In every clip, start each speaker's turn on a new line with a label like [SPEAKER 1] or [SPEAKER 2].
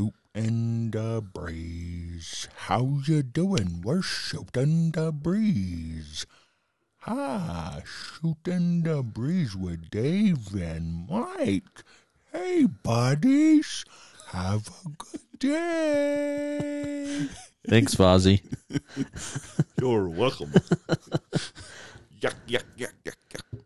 [SPEAKER 1] shooting the breeze. How you doing? We're shooting the breeze. Hi, shooting the breeze with Dave and Mike. Hey, buddies, have a good day.
[SPEAKER 2] Thanks, Fozzie.
[SPEAKER 3] You're welcome. yuck, yuck, yuck, yuck, yuck.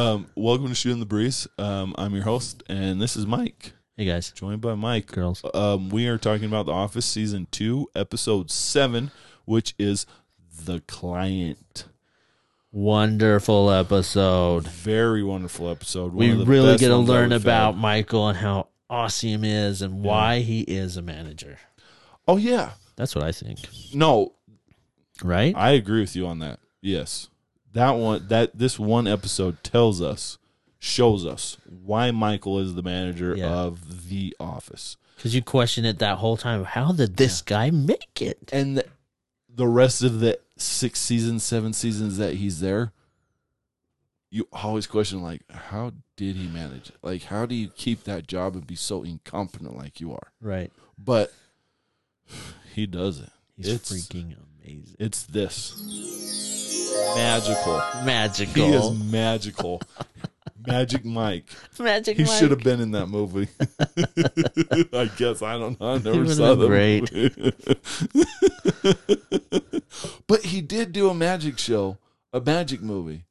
[SPEAKER 3] Um, welcome to Shooting the Breeze. Um, I'm your host, and this is Mike,
[SPEAKER 2] Hey guys,
[SPEAKER 3] joined by Mike.
[SPEAKER 2] girls.
[SPEAKER 3] Um, we are talking about The Office Season 2, Episode 7, which is The Client.
[SPEAKER 2] Wonderful episode.
[SPEAKER 3] Very wonderful episode. One
[SPEAKER 2] We
[SPEAKER 3] of the
[SPEAKER 2] really
[SPEAKER 3] best
[SPEAKER 2] get to
[SPEAKER 3] ones that
[SPEAKER 2] learn
[SPEAKER 3] we've
[SPEAKER 2] about
[SPEAKER 3] had.
[SPEAKER 2] Michael and how awesome he is and why he is a manager.
[SPEAKER 3] Oh, yeah.
[SPEAKER 2] That's what I think.
[SPEAKER 3] No,
[SPEAKER 2] Right?
[SPEAKER 3] I agree with you on that. Yes. That one that this one episode tells us shows us why Michael is the manager
[SPEAKER 2] Yeah.
[SPEAKER 3] of the office.
[SPEAKER 2] Because you question it that whole time. How did this guy make it?
[SPEAKER 3] And the, the rest of the 6 seasons, 7 seasons that he's there, you always question like how did he manage? it? Like how do you keep that job and be so incompetent like you are?
[SPEAKER 2] Right.
[SPEAKER 3] But he does it.
[SPEAKER 2] He's
[SPEAKER 3] it's
[SPEAKER 2] freaking amazing.
[SPEAKER 3] it's this magical.
[SPEAKER 2] Magical.
[SPEAKER 3] He is magical. Magic Mike.
[SPEAKER 2] Magic
[SPEAKER 3] He
[SPEAKER 2] Mike.
[SPEAKER 3] should have been in that movie. I guess I don't know. I never
[SPEAKER 2] would've
[SPEAKER 3] saw
[SPEAKER 2] been
[SPEAKER 3] the
[SPEAKER 2] great.
[SPEAKER 3] movie. but he did do a magic show, a magic movie,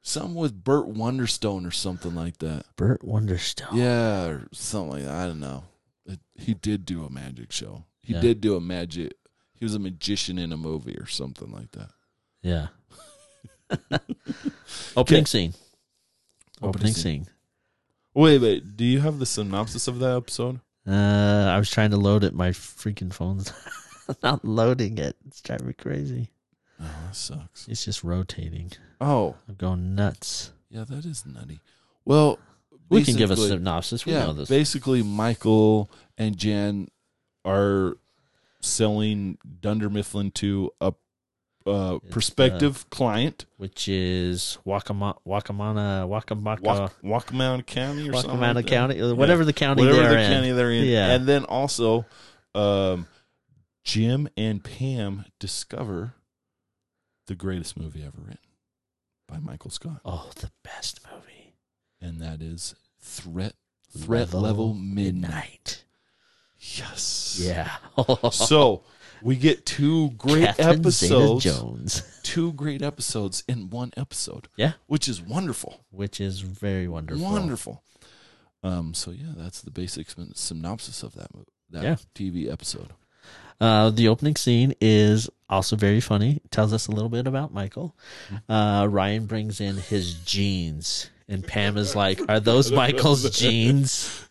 [SPEAKER 3] something with Burt Wonderstone or something like that.
[SPEAKER 2] Burt Wonderstone.
[SPEAKER 3] Yeah, or something like that. I don't know. It, he did do a magic show. He
[SPEAKER 2] Yeah.
[SPEAKER 3] did do a magic. He was a magician in a movie or something like that.
[SPEAKER 2] Yeah. Opening scene.
[SPEAKER 3] Opening
[SPEAKER 2] Opening
[SPEAKER 3] scene.
[SPEAKER 2] scene.
[SPEAKER 3] Wait, wait. Do you have the synopsis of that episode?
[SPEAKER 2] Uh, I was trying to load it. My freaking phone's not loading it. It's driving me crazy.
[SPEAKER 3] Oh, that sucks.
[SPEAKER 2] It's just rotating.
[SPEAKER 3] Oh,
[SPEAKER 2] I'm going nuts.
[SPEAKER 3] Yeah, that is nutty. Well,
[SPEAKER 2] We can give a
[SPEAKER 3] basically-
[SPEAKER 2] synopsis. We
[SPEAKER 3] yeah,
[SPEAKER 2] know this.
[SPEAKER 3] basically Michael and Jan are selling Dunder Mifflin to a uh,
[SPEAKER 2] It's,
[SPEAKER 3] prospective client,
[SPEAKER 2] which is Wakama, Wakamana, Wakamaka,
[SPEAKER 3] Wak- Wakamana County or something.
[SPEAKER 2] Wakamana
[SPEAKER 3] like that.
[SPEAKER 2] County, or whatever the county
[SPEAKER 3] Whatever
[SPEAKER 2] they're
[SPEAKER 3] the
[SPEAKER 2] in.
[SPEAKER 3] county they're in.
[SPEAKER 2] Yeah.
[SPEAKER 3] And then also, um, Jim and Pam discover the greatest movie ever written by Michael Scott,
[SPEAKER 2] Oh, the best movie.
[SPEAKER 3] and that is Threat Threat Level, midnight. Yes.
[SPEAKER 2] Yeah.
[SPEAKER 3] so we get two great
[SPEAKER 2] Catherine
[SPEAKER 3] episodes.
[SPEAKER 2] Zeta-Jones,
[SPEAKER 3] Two great episodes in one episode.
[SPEAKER 2] Yeah.
[SPEAKER 3] Which is wonderful.
[SPEAKER 2] which is very wonderful.
[SPEAKER 3] Wonderful. Um, so yeah, that's the basic syn- synopsis of that movie, that
[SPEAKER 2] Yeah.
[SPEAKER 3] TV episode.
[SPEAKER 2] Uh, the opening scene is also very funny. It tells us a little bit about Michael. Uh, Ryan brings in his jeans, and Pam is like, "Are those Michael's jeans?"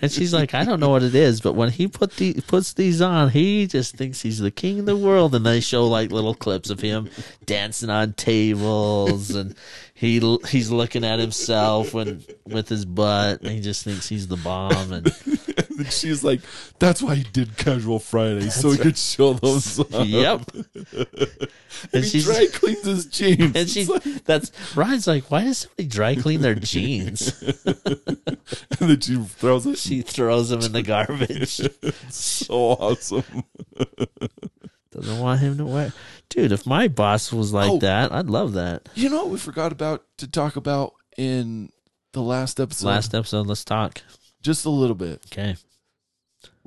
[SPEAKER 2] and she's like, "I don't know what it is, but when he put the puts these on, he just thinks he's the king of the world." And they show like little clips of him dancing on tables, and he he's looking at himself when with his butt, and he just thinks he's the bomb. And
[SPEAKER 3] And she's like, "That's why he did Casual Friday, so he could show those." Up.
[SPEAKER 2] yep. and
[SPEAKER 3] He
[SPEAKER 2] she's
[SPEAKER 3] dry cleans his jeans.
[SPEAKER 2] and she that's Ryan's like, why does somebody dry clean their jeans?
[SPEAKER 3] and then she throws it.
[SPEAKER 2] she throws them in the garbage.
[SPEAKER 3] so awesome.
[SPEAKER 2] Doesn't want him to wear. Dude, if my boss was like
[SPEAKER 3] Oh.
[SPEAKER 2] that, I'd love that.
[SPEAKER 3] You know what we forgot about to talk about in the last episode?
[SPEAKER 2] Last episode, let's talk.
[SPEAKER 3] just a little bit.
[SPEAKER 2] Okay.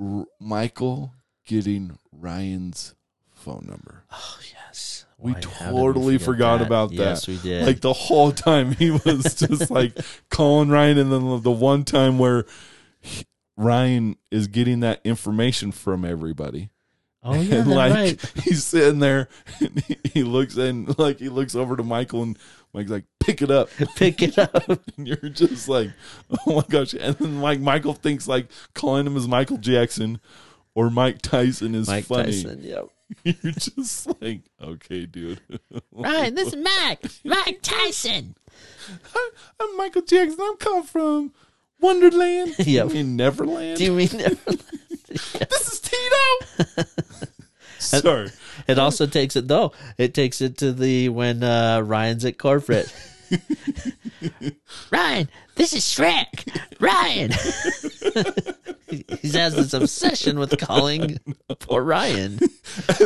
[SPEAKER 3] R- Michael getting Ryan's phone number.
[SPEAKER 2] Oh yes,
[SPEAKER 3] We
[SPEAKER 2] Why- how did we
[SPEAKER 3] totally
[SPEAKER 2] forget
[SPEAKER 3] forgot about that.
[SPEAKER 2] Yes, we did.
[SPEAKER 3] Like the whole time he was just like calling Ryan, and then the one time where he- Ryan is getting that information from everybody.
[SPEAKER 2] oh yeah, that's
[SPEAKER 3] and like
[SPEAKER 2] right.
[SPEAKER 3] he's sitting there and he, he looks and like he looks over to Michael and Mike's like, pick it up.
[SPEAKER 2] Pick it up.
[SPEAKER 3] And you're just like, oh my gosh. And then like Michael thinks like calling him as Michael Jackson or Mike Tyson is
[SPEAKER 2] Mike
[SPEAKER 3] funny.
[SPEAKER 2] Tyson. Yep.
[SPEAKER 3] You're just like, okay, dude.
[SPEAKER 2] Ryan, this is Mike. Mike Tyson.
[SPEAKER 3] I'm Michael Jackson. I'm calling from Wonderland.
[SPEAKER 2] Yep.
[SPEAKER 3] I mean, Neverland.
[SPEAKER 2] Do you mean?
[SPEAKER 3] this is Tito. Sorry.
[SPEAKER 2] It also takes it though. It takes it to the when uh, Ryan's at corporate. Ryan, this is Shrek. Ryan, he has this obsession with calling poor Ryan.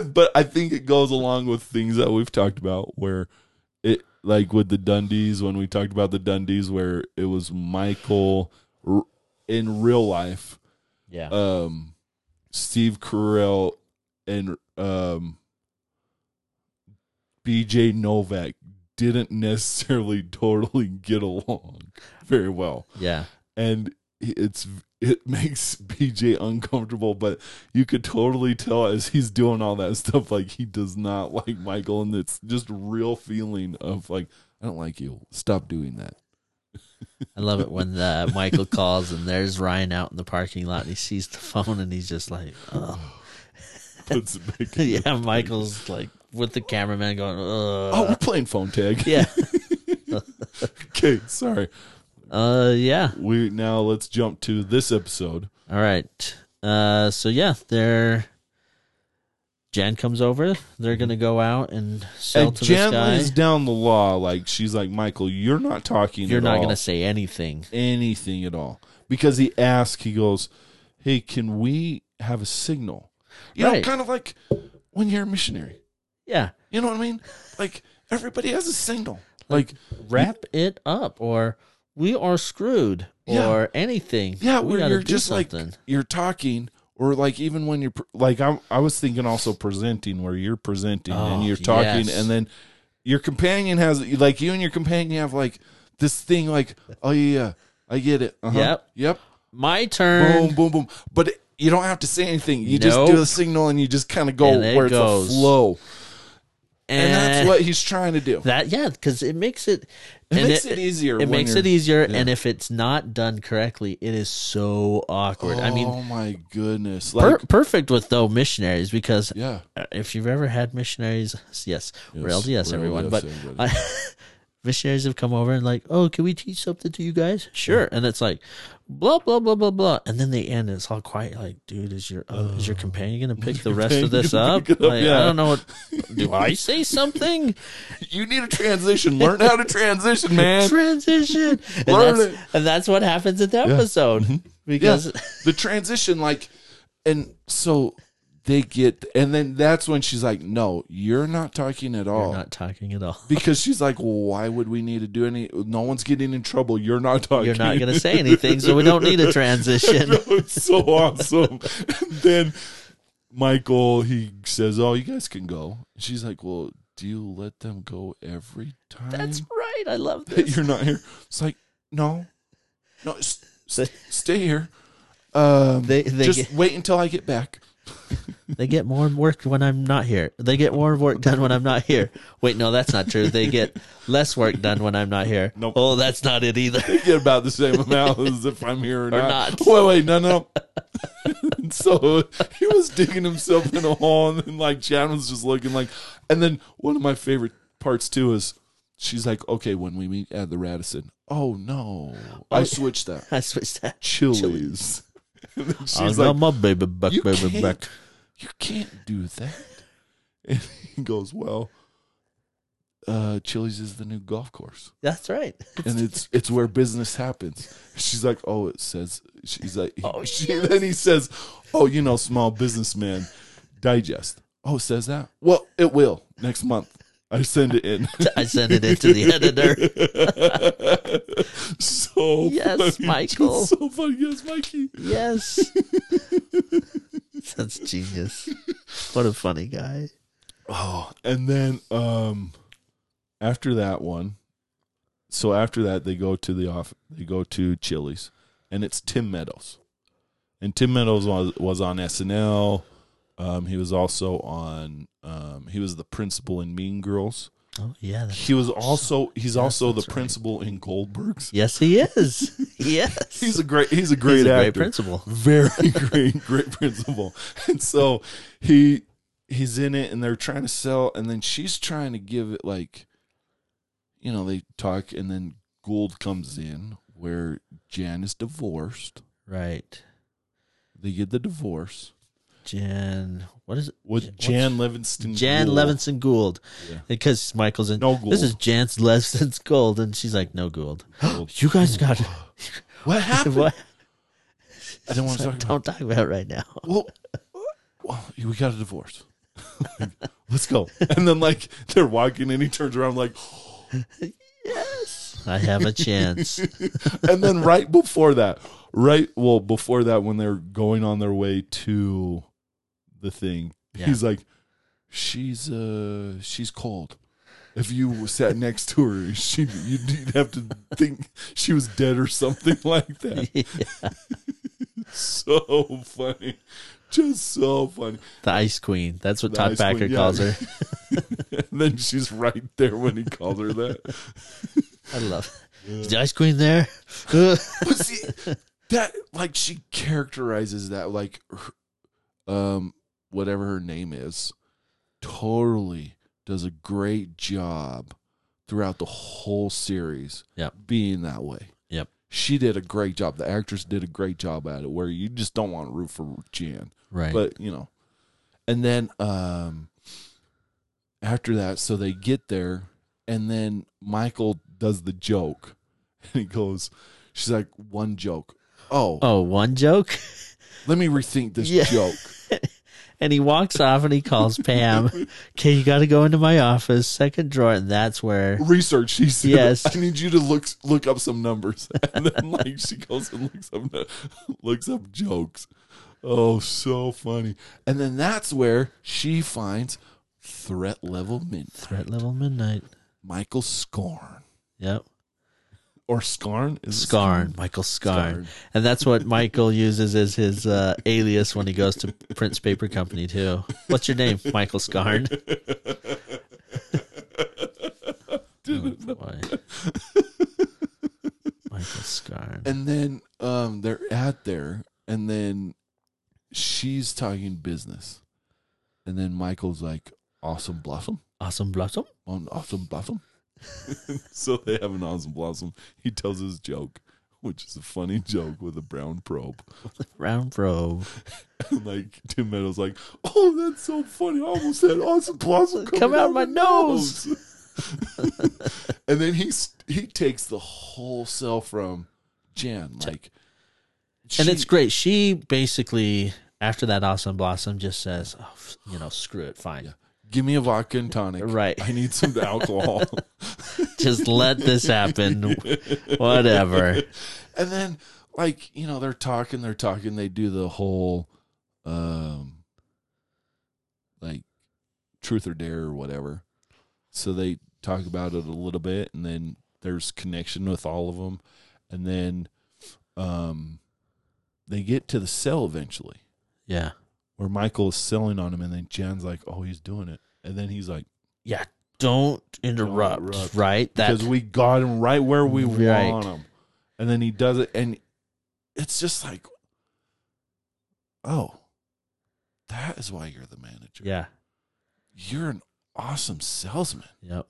[SPEAKER 3] but I think it goes along with things that we've talked about where it like with the Dundies when we talked about the Dundies where it was Michael r- in real life
[SPEAKER 2] Yeah.
[SPEAKER 3] um Steve Carell and um BJ Novak didn't necessarily totally get along very well
[SPEAKER 2] yeah.
[SPEAKER 3] and it's it makes BJ uncomfortable, but you could totally tell as he's doing all that stuff, like he does not like Michael, and it's just real feeling of like I don't like you. Stop doing that.
[SPEAKER 2] I love it when the Michael calls and there's Ryan out in the parking lot and he sees the phone and he's just like, oh.
[SPEAKER 3] Puts it back in.
[SPEAKER 2] yeah, Michael's like with the cameraman going,
[SPEAKER 3] Oh,
[SPEAKER 2] Ugh.
[SPEAKER 3] we're playing phone tag.
[SPEAKER 2] yeah,
[SPEAKER 3] Okay, sorry.
[SPEAKER 2] uh, yeah.
[SPEAKER 3] We now let's jump to this episode.
[SPEAKER 2] All right. Uh, so yeah, they're Jan comes over. They're gonna go out and sell
[SPEAKER 3] and
[SPEAKER 2] to
[SPEAKER 3] Jan
[SPEAKER 2] this
[SPEAKER 3] lays
[SPEAKER 2] guy.
[SPEAKER 3] down the law. Like she's like, Michael, you're not talking.
[SPEAKER 2] You're
[SPEAKER 3] at
[SPEAKER 2] not
[SPEAKER 3] all.
[SPEAKER 2] gonna say anything.
[SPEAKER 3] anything at all because he asks he goes hey can we have a signal you know
[SPEAKER 2] Right.
[SPEAKER 3] kind of like when you're a missionary
[SPEAKER 2] Yeah,
[SPEAKER 3] you know what i mean like everybody has a signal like
[SPEAKER 2] wrap it up, or we are screwed,
[SPEAKER 3] Yeah.
[SPEAKER 2] or anything.
[SPEAKER 3] yeah
[SPEAKER 2] we
[SPEAKER 3] where
[SPEAKER 2] gotta
[SPEAKER 3] you're
[SPEAKER 2] do
[SPEAKER 3] just
[SPEAKER 2] something.
[SPEAKER 3] like you're talking or like even when you're pr- like I, I was thinking also presenting where you're presenting and
[SPEAKER 2] Oh,
[SPEAKER 3] you're talking
[SPEAKER 2] yes.
[SPEAKER 3] and then your companion has like you and your companion have like this thing like oh yeah, yeah i get it uh-huh.
[SPEAKER 2] Yep.
[SPEAKER 3] yep
[SPEAKER 2] my turn.
[SPEAKER 3] boom, boom, boom. But it- you don't have to say anything. You just
[SPEAKER 2] Nope.
[SPEAKER 3] do the signal and you just kind of go
[SPEAKER 2] And it
[SPEAKER 3] where
[SPEAKER 2] goes.
[SPEAKER 3] it's a flow. And,
[SPEAKER 2] And,
[SPEAKER 3] that's what he's trying to do.
[SPEAKER 2] that yeah, because it makes it.
[SPEAKER 3] It
[SPEAKER 2] and
[SPEAKER 3] makes it, easier.
[SPEAKER 2] It
[SPEAKER 3] when
[SPEAKER 2] makes
[SPEAKER 3] you're-
[SPEAKER 2] it easier, and if it's not done correctly, it is so awkward. I mean,
[SPEAKER 3] oh my goodness!
[SPEAKER 2] per-
[SPEAKER 3] Like,
[SPEAKER 2] perfect with though missionaries because
[SPEAKER 3] yeah,
[SPEAKER 2] uh, if you've ever had missionaries, yes, we're
[SPEAKER 3] Yes,
[SPEAKER 2] LDS,
[SPEAKER 3] we're
[SPEAKER 2] everyone,
[SPEAKER 3] LDS,
[SPEAKER 2] but
[SPEAKER 3] everybody.
[SPEAKER 2] I- missionaries have come over and like, oh, can we teach something to you guys? Sure, and it's like, blah blah blah blah blah, and then they end. and It's all quiet. Like, dude, is your uh, is your companion gonna pick the rest of
[SPEAKER 3] Oh. companion
[SPEAKER 2] this
[SPEAKER 3] gonna
[SPEAKER 2] up?
[SPEAKER 3] pick it up?
[SPEAKER 2] Like,
[SPEAKER 3] Yeah.
[SPEAKER 2] I don't know. What, do I say something?
[SPEAKER 3] you need a transition. Learn how to transition, man.
[SPEAKER 2] Transition, and
[SPEAKER 3] Learn
[SPEAKER 2] that's,
[SPEAKER 3] it.
[SPEAKER 2] and that's what happens in the episode
[SPEAKER 3] Mm-hmm.
[SPEAKER 2] because.
[SPEAKER 3] the transition, like, and so they get, and then that's when she's like, "No, you're not talking at all."
[SPEAKER 2] You're not talking at all.
[SPEAKER 3] because she's like, well, "Why would we need to do any? No one's getting in trouble. You're not talking.
[SPEAKER 2] You're not going to say anything, so we don't need a transition.
[SPEAKER 3] it's so awesome. And then Michael he says, "Oh, you guys can go." And she's like, "Well, do you let them go every time
[SPEAKER 2] That's right. I love
[SPEAKER 3] that
[SPEAKER 2] this.
[SPEAKER 3] you're not here?" It's like, "No, no, s- s- stay here. Um,
[SPEAKER 2] They- they
[SPEAKER 3] just
[SPEAKER 2] get-
[SPEAKER 3] wait until I get back."
[SPEAKER 2] They get more work when I'm not here. They get more work done when I'm not here. Wait, no, that's not true. They get less work done when I'm not here.
[SPEAKER 3] Nope.
[SPEAKER 2] Oh, that's not it either.
[SPEAKER 3] They get about the same amount as if I'm here or,
[SPEAKER 2] not.
[SPEAKER 3] Wait, wait, no, no. And so he was digging himself in a hole, and then like Jan was just looking like. And then one of my favorite parts too is she's like, "Okay, when we meet at the Radisson, oh no,
[SPEAKER 2] Oh.
[SPEAKER 3] I switched that
[SPEAKER 2] I switched that.
[SPEAKER 3] Chili's." And then she's
[SPEAKER 2] oh,
[SPEAKER 3] like,
[SPEAKER 2] no, my baby back,
[SPEAKER 3] "You
[SPEAKER 2] baby back.
[SPEAKER 3] can't, you can't do that." And he goes, "Well, uh, Chili's is the new golf course."
[SPEAKER 2] That's right.
[SPEAKER 3] and it's it's where business happens. She's like, oh, it says. She's like,
[SPEAKER 2] Oh,
[SPEAKER 3] she, then he says, oh, you know, small businessman, digest. Oh, it says that. Well, it will next month. I send it in.
[SPEAKER 2] I sent it into the editor.
[SPEAKER 3] so
[SPEAKER 2] Yes,
[SPEAKER 3] funny. Just
[SPEAKER 2] Michael.
[SPEAKER 3] So funny. Yes, Mikey.
[SPEAKER 2] Yes. That's genius. What a funny guy.
[SPEAKER 3] Oh, and then um, after that one, so after that they go to the off, they go to Chili's, and it's Tim Meadows, and Tim Meadows was was on SNL. Um, he was also on. Um, he was the principal in Mean Girls.
[SPEAKER 2] Oh, yeah. that-
[SPEAKER 3] He was also. He's also the
[SPEAKER 2] that's right.
[SPEAKER 3] principal in Goldberg's.
[SPEAKER 2] Yes, he is. Yes.
[SPEAKER 3] He's a great. He's a great
[SPEAKER 2] He's a
[SPEAKER 3] actor.
[SPEAKER 2] great principal.
[SPEAKER 3] Very great, great principal. And so he he's in it, and they're trying to sell, and then she's trying to give it like, you know, they talk, and then Gould comes in where Jan is divorced.
[SPEAKER 2] Right.
[SPEAKER 3] They get the divorce
[SPEAKER 2] Jan. What is it?
[SPEAKER 3] with
[SPEAKER 2] Jan- what's-
[SPEAKER 3] Jan Levinston.
[SPEAKER 2] Jan
[SPEAKER 3] Gould.
[SPEAKER 2] Levinson Gould.
[SPEAKER 3] Yeah.
[SPEAKER 2] Because Michael's in.
[SPEAKER 3] No Gould.
[SPEAKER 2] This is Jan Levinson's Gould. And she's like, no Gould.
[SPEAKER 3] Gould.
[SPEAKER 2] You guys got.
[SPEAKER 3] What happened?
[SPEAKER 2] what?
[SPEAKER 3] I didn't want to
[SPEAKER 2] So
[SPEAKER 3] talk about.
[SPEAKER 2] don't talk about it right now.
[SPEAKER 3] Well, well, we got a divorce. Let's go. And then like they're walking, and he turns around like,
[SPEAKER 2] I have a chance.
[SPEAKER 3] and then right before that, right well before that, when they're going on their way to the thing,
[SPEAKER 2] Yeah.
[SPEAKER 3] he's like, she's uh she's cold. If you sat next to her, she you'd, you'd have to think she was dead or something like that.
[SPEAKER 2] the
[SPEAKER 3] So funny, just so funny.
[SPEAKER 2] Ice Queen. That's what
[SPEAKER 3] The
[SPEAKER 2] Todd
[SPEAKER 3] Ice
[SPEAKER 2] Packer
[SPEAKER 3] Queen, yeah.
[SPEAKER 2] calls her.
[SPEAKER 3] And then she's right there when he called her that.
[SPEAKER 2] I love it. Is the Ice Queen there?
[SPEAKER 3] But see, that like she characterizes that like, her- um, whatever her name is, totally does a great job throughout the whole series.
[SPEAKER 2] Yep.
[SPEAKER 3] being that way.
[SPEAKER 2] Yep.
[SPEAKER 3] she did a great job. The actress did a great job at it. Where you just don't want to root for Jan,
[SPEAKER 2] right.
[SPEAKER 3] but you know, and then um, after that, so they get there, and then Michael does the joke, and he goes, "She's like one joke. Oh,
[SPEAKER 2] oh, one joke?
[SPEAKER 3] let me rethink this
[SPEAKER 2] Yeah.
[SPEAKER 3] joke."
[SPEAKER 2] And he walks off and he calls Pam. Okay, you got to go into my office, second drawer, and that's where.
[SPEAKER 3] Research. She said,
[SPEAKER 2] Yes.
[SPEAKER 3] "I need you to look look up some numbers." And then like she goes and looks up nu- looks up jokes. Oh, so funny! And then that's where she finds threat level midnight.
[SPEAKER 2] Threat level midnight.
[SPEAKER 3] Michael Scorn
[SPEAKER 2] Yep.
[SPEAKER 3] or Scarn is it
[SPEAKER 2] Scarn, Michael Scarn.
[SPEAKER 3] Scarn.
[SPEAKER 2] And that's what Michael uses as his uh, alias when he goes to Prince Paper Company, too. What's your name? Michael Scarn. oh, boy. Michael Scarn.
[SPEAKER 3] And then um, they're at there, and then she's talking business, and then Michael's like, "Awesome blossom,
[SPEAKER 2] Awesome Blossom.
[SPEAKER 3] on awesome blossom." so they have an awesome blossom. He tells his joke, which is a funny joke with a brown probe.
[SPEAKER 2] Round probe.
[SPEAKER 3] And like Tim Meadows, like, "Oh, that's so funny! I almost had awesome blossom come,
[SPEAKER 2] Come out my nose."
[SPEAKER 3] and then he s- he takes the whole cell from Jan, like.
[SPEAKER 2] and
[SPEAKER 3] she-
[SPEAKER 2] it's great. She basically, after that awesome blossom, just says, oh, f- you know, screw it, fine.
[SPEAKER 3] Give me a vodka and tonic.
[SPEAKER 2] Right.
[SPEAKER 3] I need some alcohol.
[SPEAKER 2] Just let this happen. Whatever.
[SPEAKER 3] and then, like, you know, they're talking, they're talking, they do the whole, um, like, truth or dare or whatever. So they talk about it a little bit, and then there's connection with all of them. And then, um, they get to the cell eventually
[SPEAKER 2] Yeah.
[SPEAKER 3] where Michael is selling on him, and then Jan's like, oh, he's doing it. And then he's like,
[SPEAKER 2] Yeah. Don't interrupt,
[SPEAKER 3] interrupt.
[SPEAKER 2] right? That
[SPEAKER 3] because we got him right where we
[SPEAKER 2] Right.
[SPEAKER 3] want him, and then he does it, and it's just like, oh, that is why you're the manager.
[SPEAKER 2] yeah.
[SPEAKER 3] you're an awesome salesman.
[SPEAKER 2] Yep.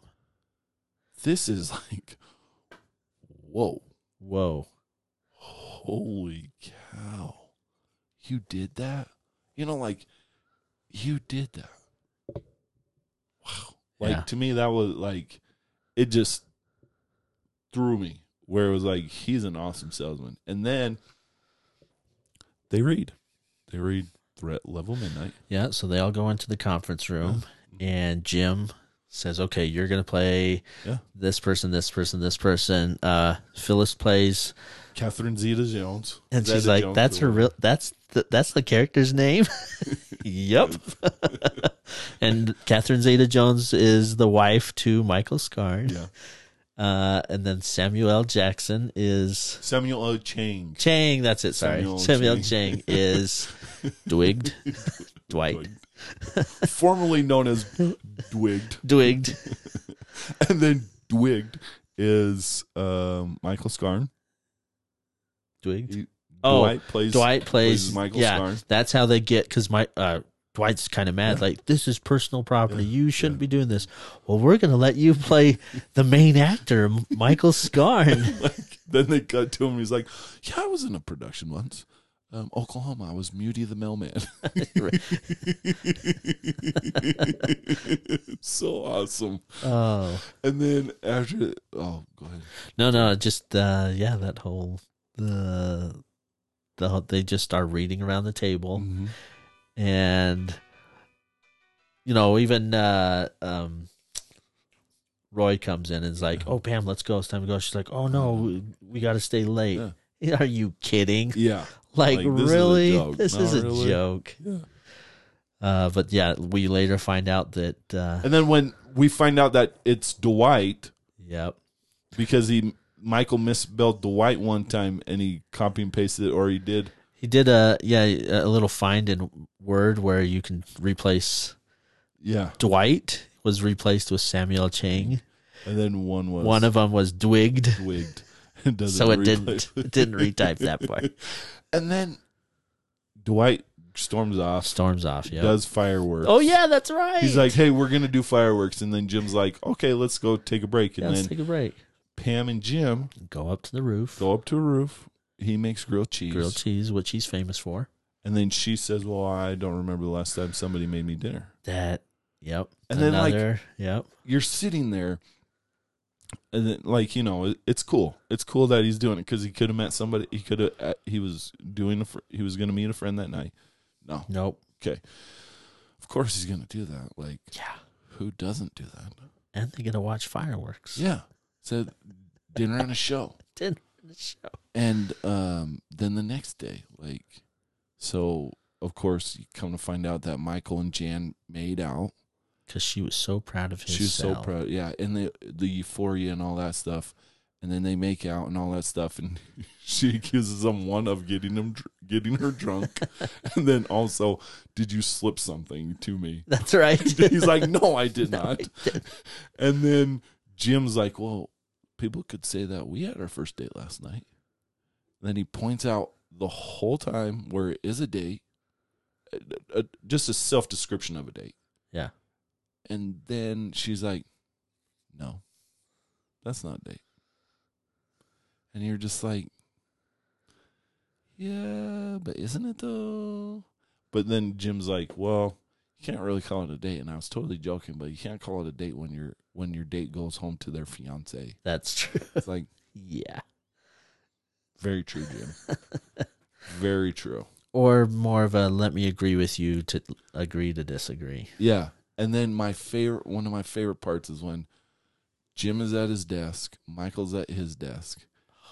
[SPEAKER 3] This is like, whoa,
[SPEAKER 2] Whoa.
[SPEAKER 3] holy cow, you did that. You know, like you did that. Wow. Like
[SPEAKER 2] Yeah.
[SPEAKER 3] to me, that was like it just threw me where it was like he's an awesome salesman. And then they read, they read Threat Level Midnight.
[SPEAKER 2] Yeah. So they all go into the conference room, and Jim says, "Okay, you're gonna play
[SPEAKER 3] Yeah.
[SPEAKER 2] this person, this person, this person." Uh, Phyllis plays,
[SPEAKER 3] Catherine Zeta Jones,
[SPEAKER 2] and
[SPEAKER 3] Zeta
[SPEAKER 2] she's like,
[SPEAKER 3] Jones
[SPEAKER 2] "That's
[SPEAKER 3] or
[SPEAKER 2] her real. That's the, that's the character's name." yep. and Catherine Zeta-Jones is the wife to Michael Scarn.
[SPEAKER 3] Yeah.
[SPEAKER 2] Uh, and then Samuel L. Jackson is
[SPEAKER 3] Samuel O. Chang.
[SPEAKER 2] Chang. That's it. Sorry,
[SPEAKER 3] Samuel
[SPEAKER 2] Samuel,
[SPEAKER 3] Chang.
[SPEAKER 2] Chang is Dwigged. Dwight.
[SPEAKER 3] formerly known as Dwigged.
[SPEAKER 2] Dwigged.
[SPEAKER 3] And then Dwigged is um, Michael Scarn.
[SPEAKER 2] Dwigged.
[SPEAKER 3] He-
[SPEAKER 2] Oh,
[SPEAKER 3] Dwight plays
[SPEAKER 2] Dwight plays,
[SPEAKER 3] plays Michael
[SPEAKER 2] yeah,
[SPEAKER 3] Scarn.
[SPEAKER 2] That's how they get because my uh, Dwight's kind of mad. Like this is personal property. You shouldn't be doing this. Well, we're gonna let you play the main actor, M- Michael Scarn.
[SPEAKER 3] like then they cut to him. He's like, "Yeah, I was in a production once, um, Oklahoma. I was Muty the mailman." so awesome.
[SPEAKER 2] oh
[SPEAKER 3] And then after, oh, go ahead.
[SPEAKER 2] no, no, just uh, yeah, that whole the the whole- they just start reading around the table
[SPEAKER 3] Mhm.
[SPEAKER 2] and you know even uh um roy comes in and is like oh pam let's go it's time to go she's like oh no we, we gotta stay late are you kidding
[SPEAKER 3] Yeah.
[SPEAKER 2] like,
[SPEAKER 3] Like, this is a
[SPEAKER 2] really
[SPEAKER 3] joke.
[SPEAKER 2] this
[SPEAKER 3] Not
[SPEAKER 2] is a
[SPEAKER 3] really.
[SPEAKER 2] joke
[SPEAKER 3] Yeah.
[SPEAKER 2] uh but yeah we later find out that uh
[SPEAKER 3] And then when we find out that it's Dwight
[SPEAKER 2] yep
[SPEAKER 3] because he Michael misspelled Dwight one time and he copy and pasted it or he did.
[SPEAKER 2] he did a yeah a little find in word where you can replace
[SPEAKER 3] Yeah.
[SPEAKER 2] dwight was replaced with samuel chang
[SPEAKER 3] And then one was
[SPEAKER 2] one of them was dwigged
[SPEAKER 3] wigged. It doesn't
[SPEAKER 2] so it
[SPEAKER 3] replay.
[SPEAKER 2] didn't it didn't retype that part.
[SPEAKER 3] And then Dwight storms off,
[SPEAKER 2] Storms off. Yeah.
[SPEAKER 3] does fireworks.
[SPEAKER 2] oh yeah, that's right.
[SPEAKER 3] He's like, "Hey, we're gonna do fireworks," and then Jim's like, "Okay, let's go take a break."
[SPEAKER 2] yeah,
[SPEAKER 3] And
[SPEAKER 2] let's
[SPEAKER 3] then
[SPEAKER 2] take a break.
[SPEAKER 3] Pam and Jim
[SPEAKER 2] Go up to the roof.
[SPEAKER 3] go up to a roof. He makes grilled cheese,
[SPEAKER 2] Grilled cheese, which he's famous for.
[SPEAKER 3] and then she says, "Well, I don't remember the last time somebody made me dinner."
[SPEAKER 2] That. Yep.
[SPEAKER 3] And then, like-
[SPEAKER 2] yep.
[SPEAKER 3] You're sitting there, and then like you know, it, it's cool. It's cool that he's doing it because he could have met somebody. He could have. uh, He was doing. A fr- he was gonna meet a friend that night. No,
[SPEAKER 2] Nope.
[SPEAKER 3] of course he's gonna do that. Like,
[SPEAKER 2] Yeah.
[SPEAKER 3] who doesn't do that?
[SPEAKER 2] And they get to watch fireworks.
[SPEAKER 3] Yeah, so dinner and a show.
[SPEAKER 2] Dinner and a show.
[SPEAKER 3] And um, then the next day, like, so of course you come to find out that Michael and Jan made out.
[SPEAKER 2] Because she was so proud of his.
[SPEAKER 3] she was so
[SPEAKER 2] cell.
[SPEAKER 3] proud, yeah, and the the euphoria and all that stuff. And then they make out and all that stuff, and she accuses him one of getting him dr- getting her drunk, and then also, did you slip something to me?
[SPEAKER 2] That's right.
[SPEAKER 3] He's like, no, I did
[SPEAKER 2] No,
[SPEAKER 3] not.
[SPEAKER 2] I didn't.
[SPEAKER 3] And then Jim's like, well, people could say that we had our first date last night. And then he points out the whole time where it is a date, uh, uh, just a self description of a date.
[SPEAKER 2] Yeah.
[SPEAKER 3] And then she's like, no, that's not a date. And you're just like, yeah, but isn't it though? But then Jim's like, well, you can't really call it a date and i was totally joking but you can't call it a date when your when your date goes home to their fiance
[SPEAKER 2] That's true.
[SPEAKER 3] it's like
[SPEAKER 2] Yeah.
[SPEAKER 3] very true jim very true
[SPEAKER 2] Or more of a let me agree with you to agree to disagree.
[SPEAKER 3] yeah and then my favorite one of my favorite parts is when jim is at his desk michael's at his desk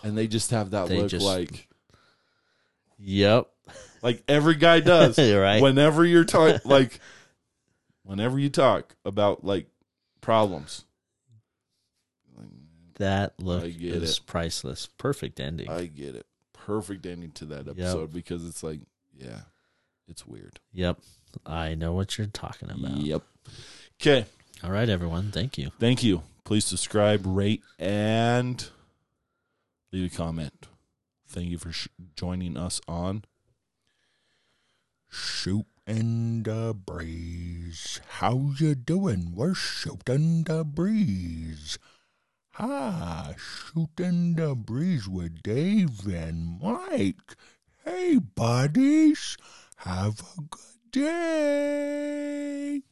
[SPEAKER 3] and they just have that
[SPEAKER 2] They
[SPEAKER 3] look
[SPEAKER 2] just-
[SPEAKER 3] like
[SPEAKER 2] Yep.
[SPEAKER 3] like every guy does
[SPEAKER 2] right.
[SPEAKER 3] whenever you're talking like whenever you talk about like problems
[SPEAKER 2] That look
[SPEAKER 3] I get
[SPEAKER 2] is priceless. Perfect ending.
[SPEAKER 3] I get it. Perfect ending to that episode because it's like, yeah, it's weird.
[SPEAKER 2] yep. I know what you're talking about.
[SPEAKER 3] Yep. Okay.
[SPEAKER 2] All right, everyone. Thank you.
[SPEAKER 3] Thank you. Please subscribe, rate, and leave a comment. Thank you for sh- joining us on.
[SPEAKER 1] Shootin' the breeze. How you doin'? We're shootin' the breeze. Ah, shootin' the breeze with Dave and Mike. Hey, buddies, have a good day.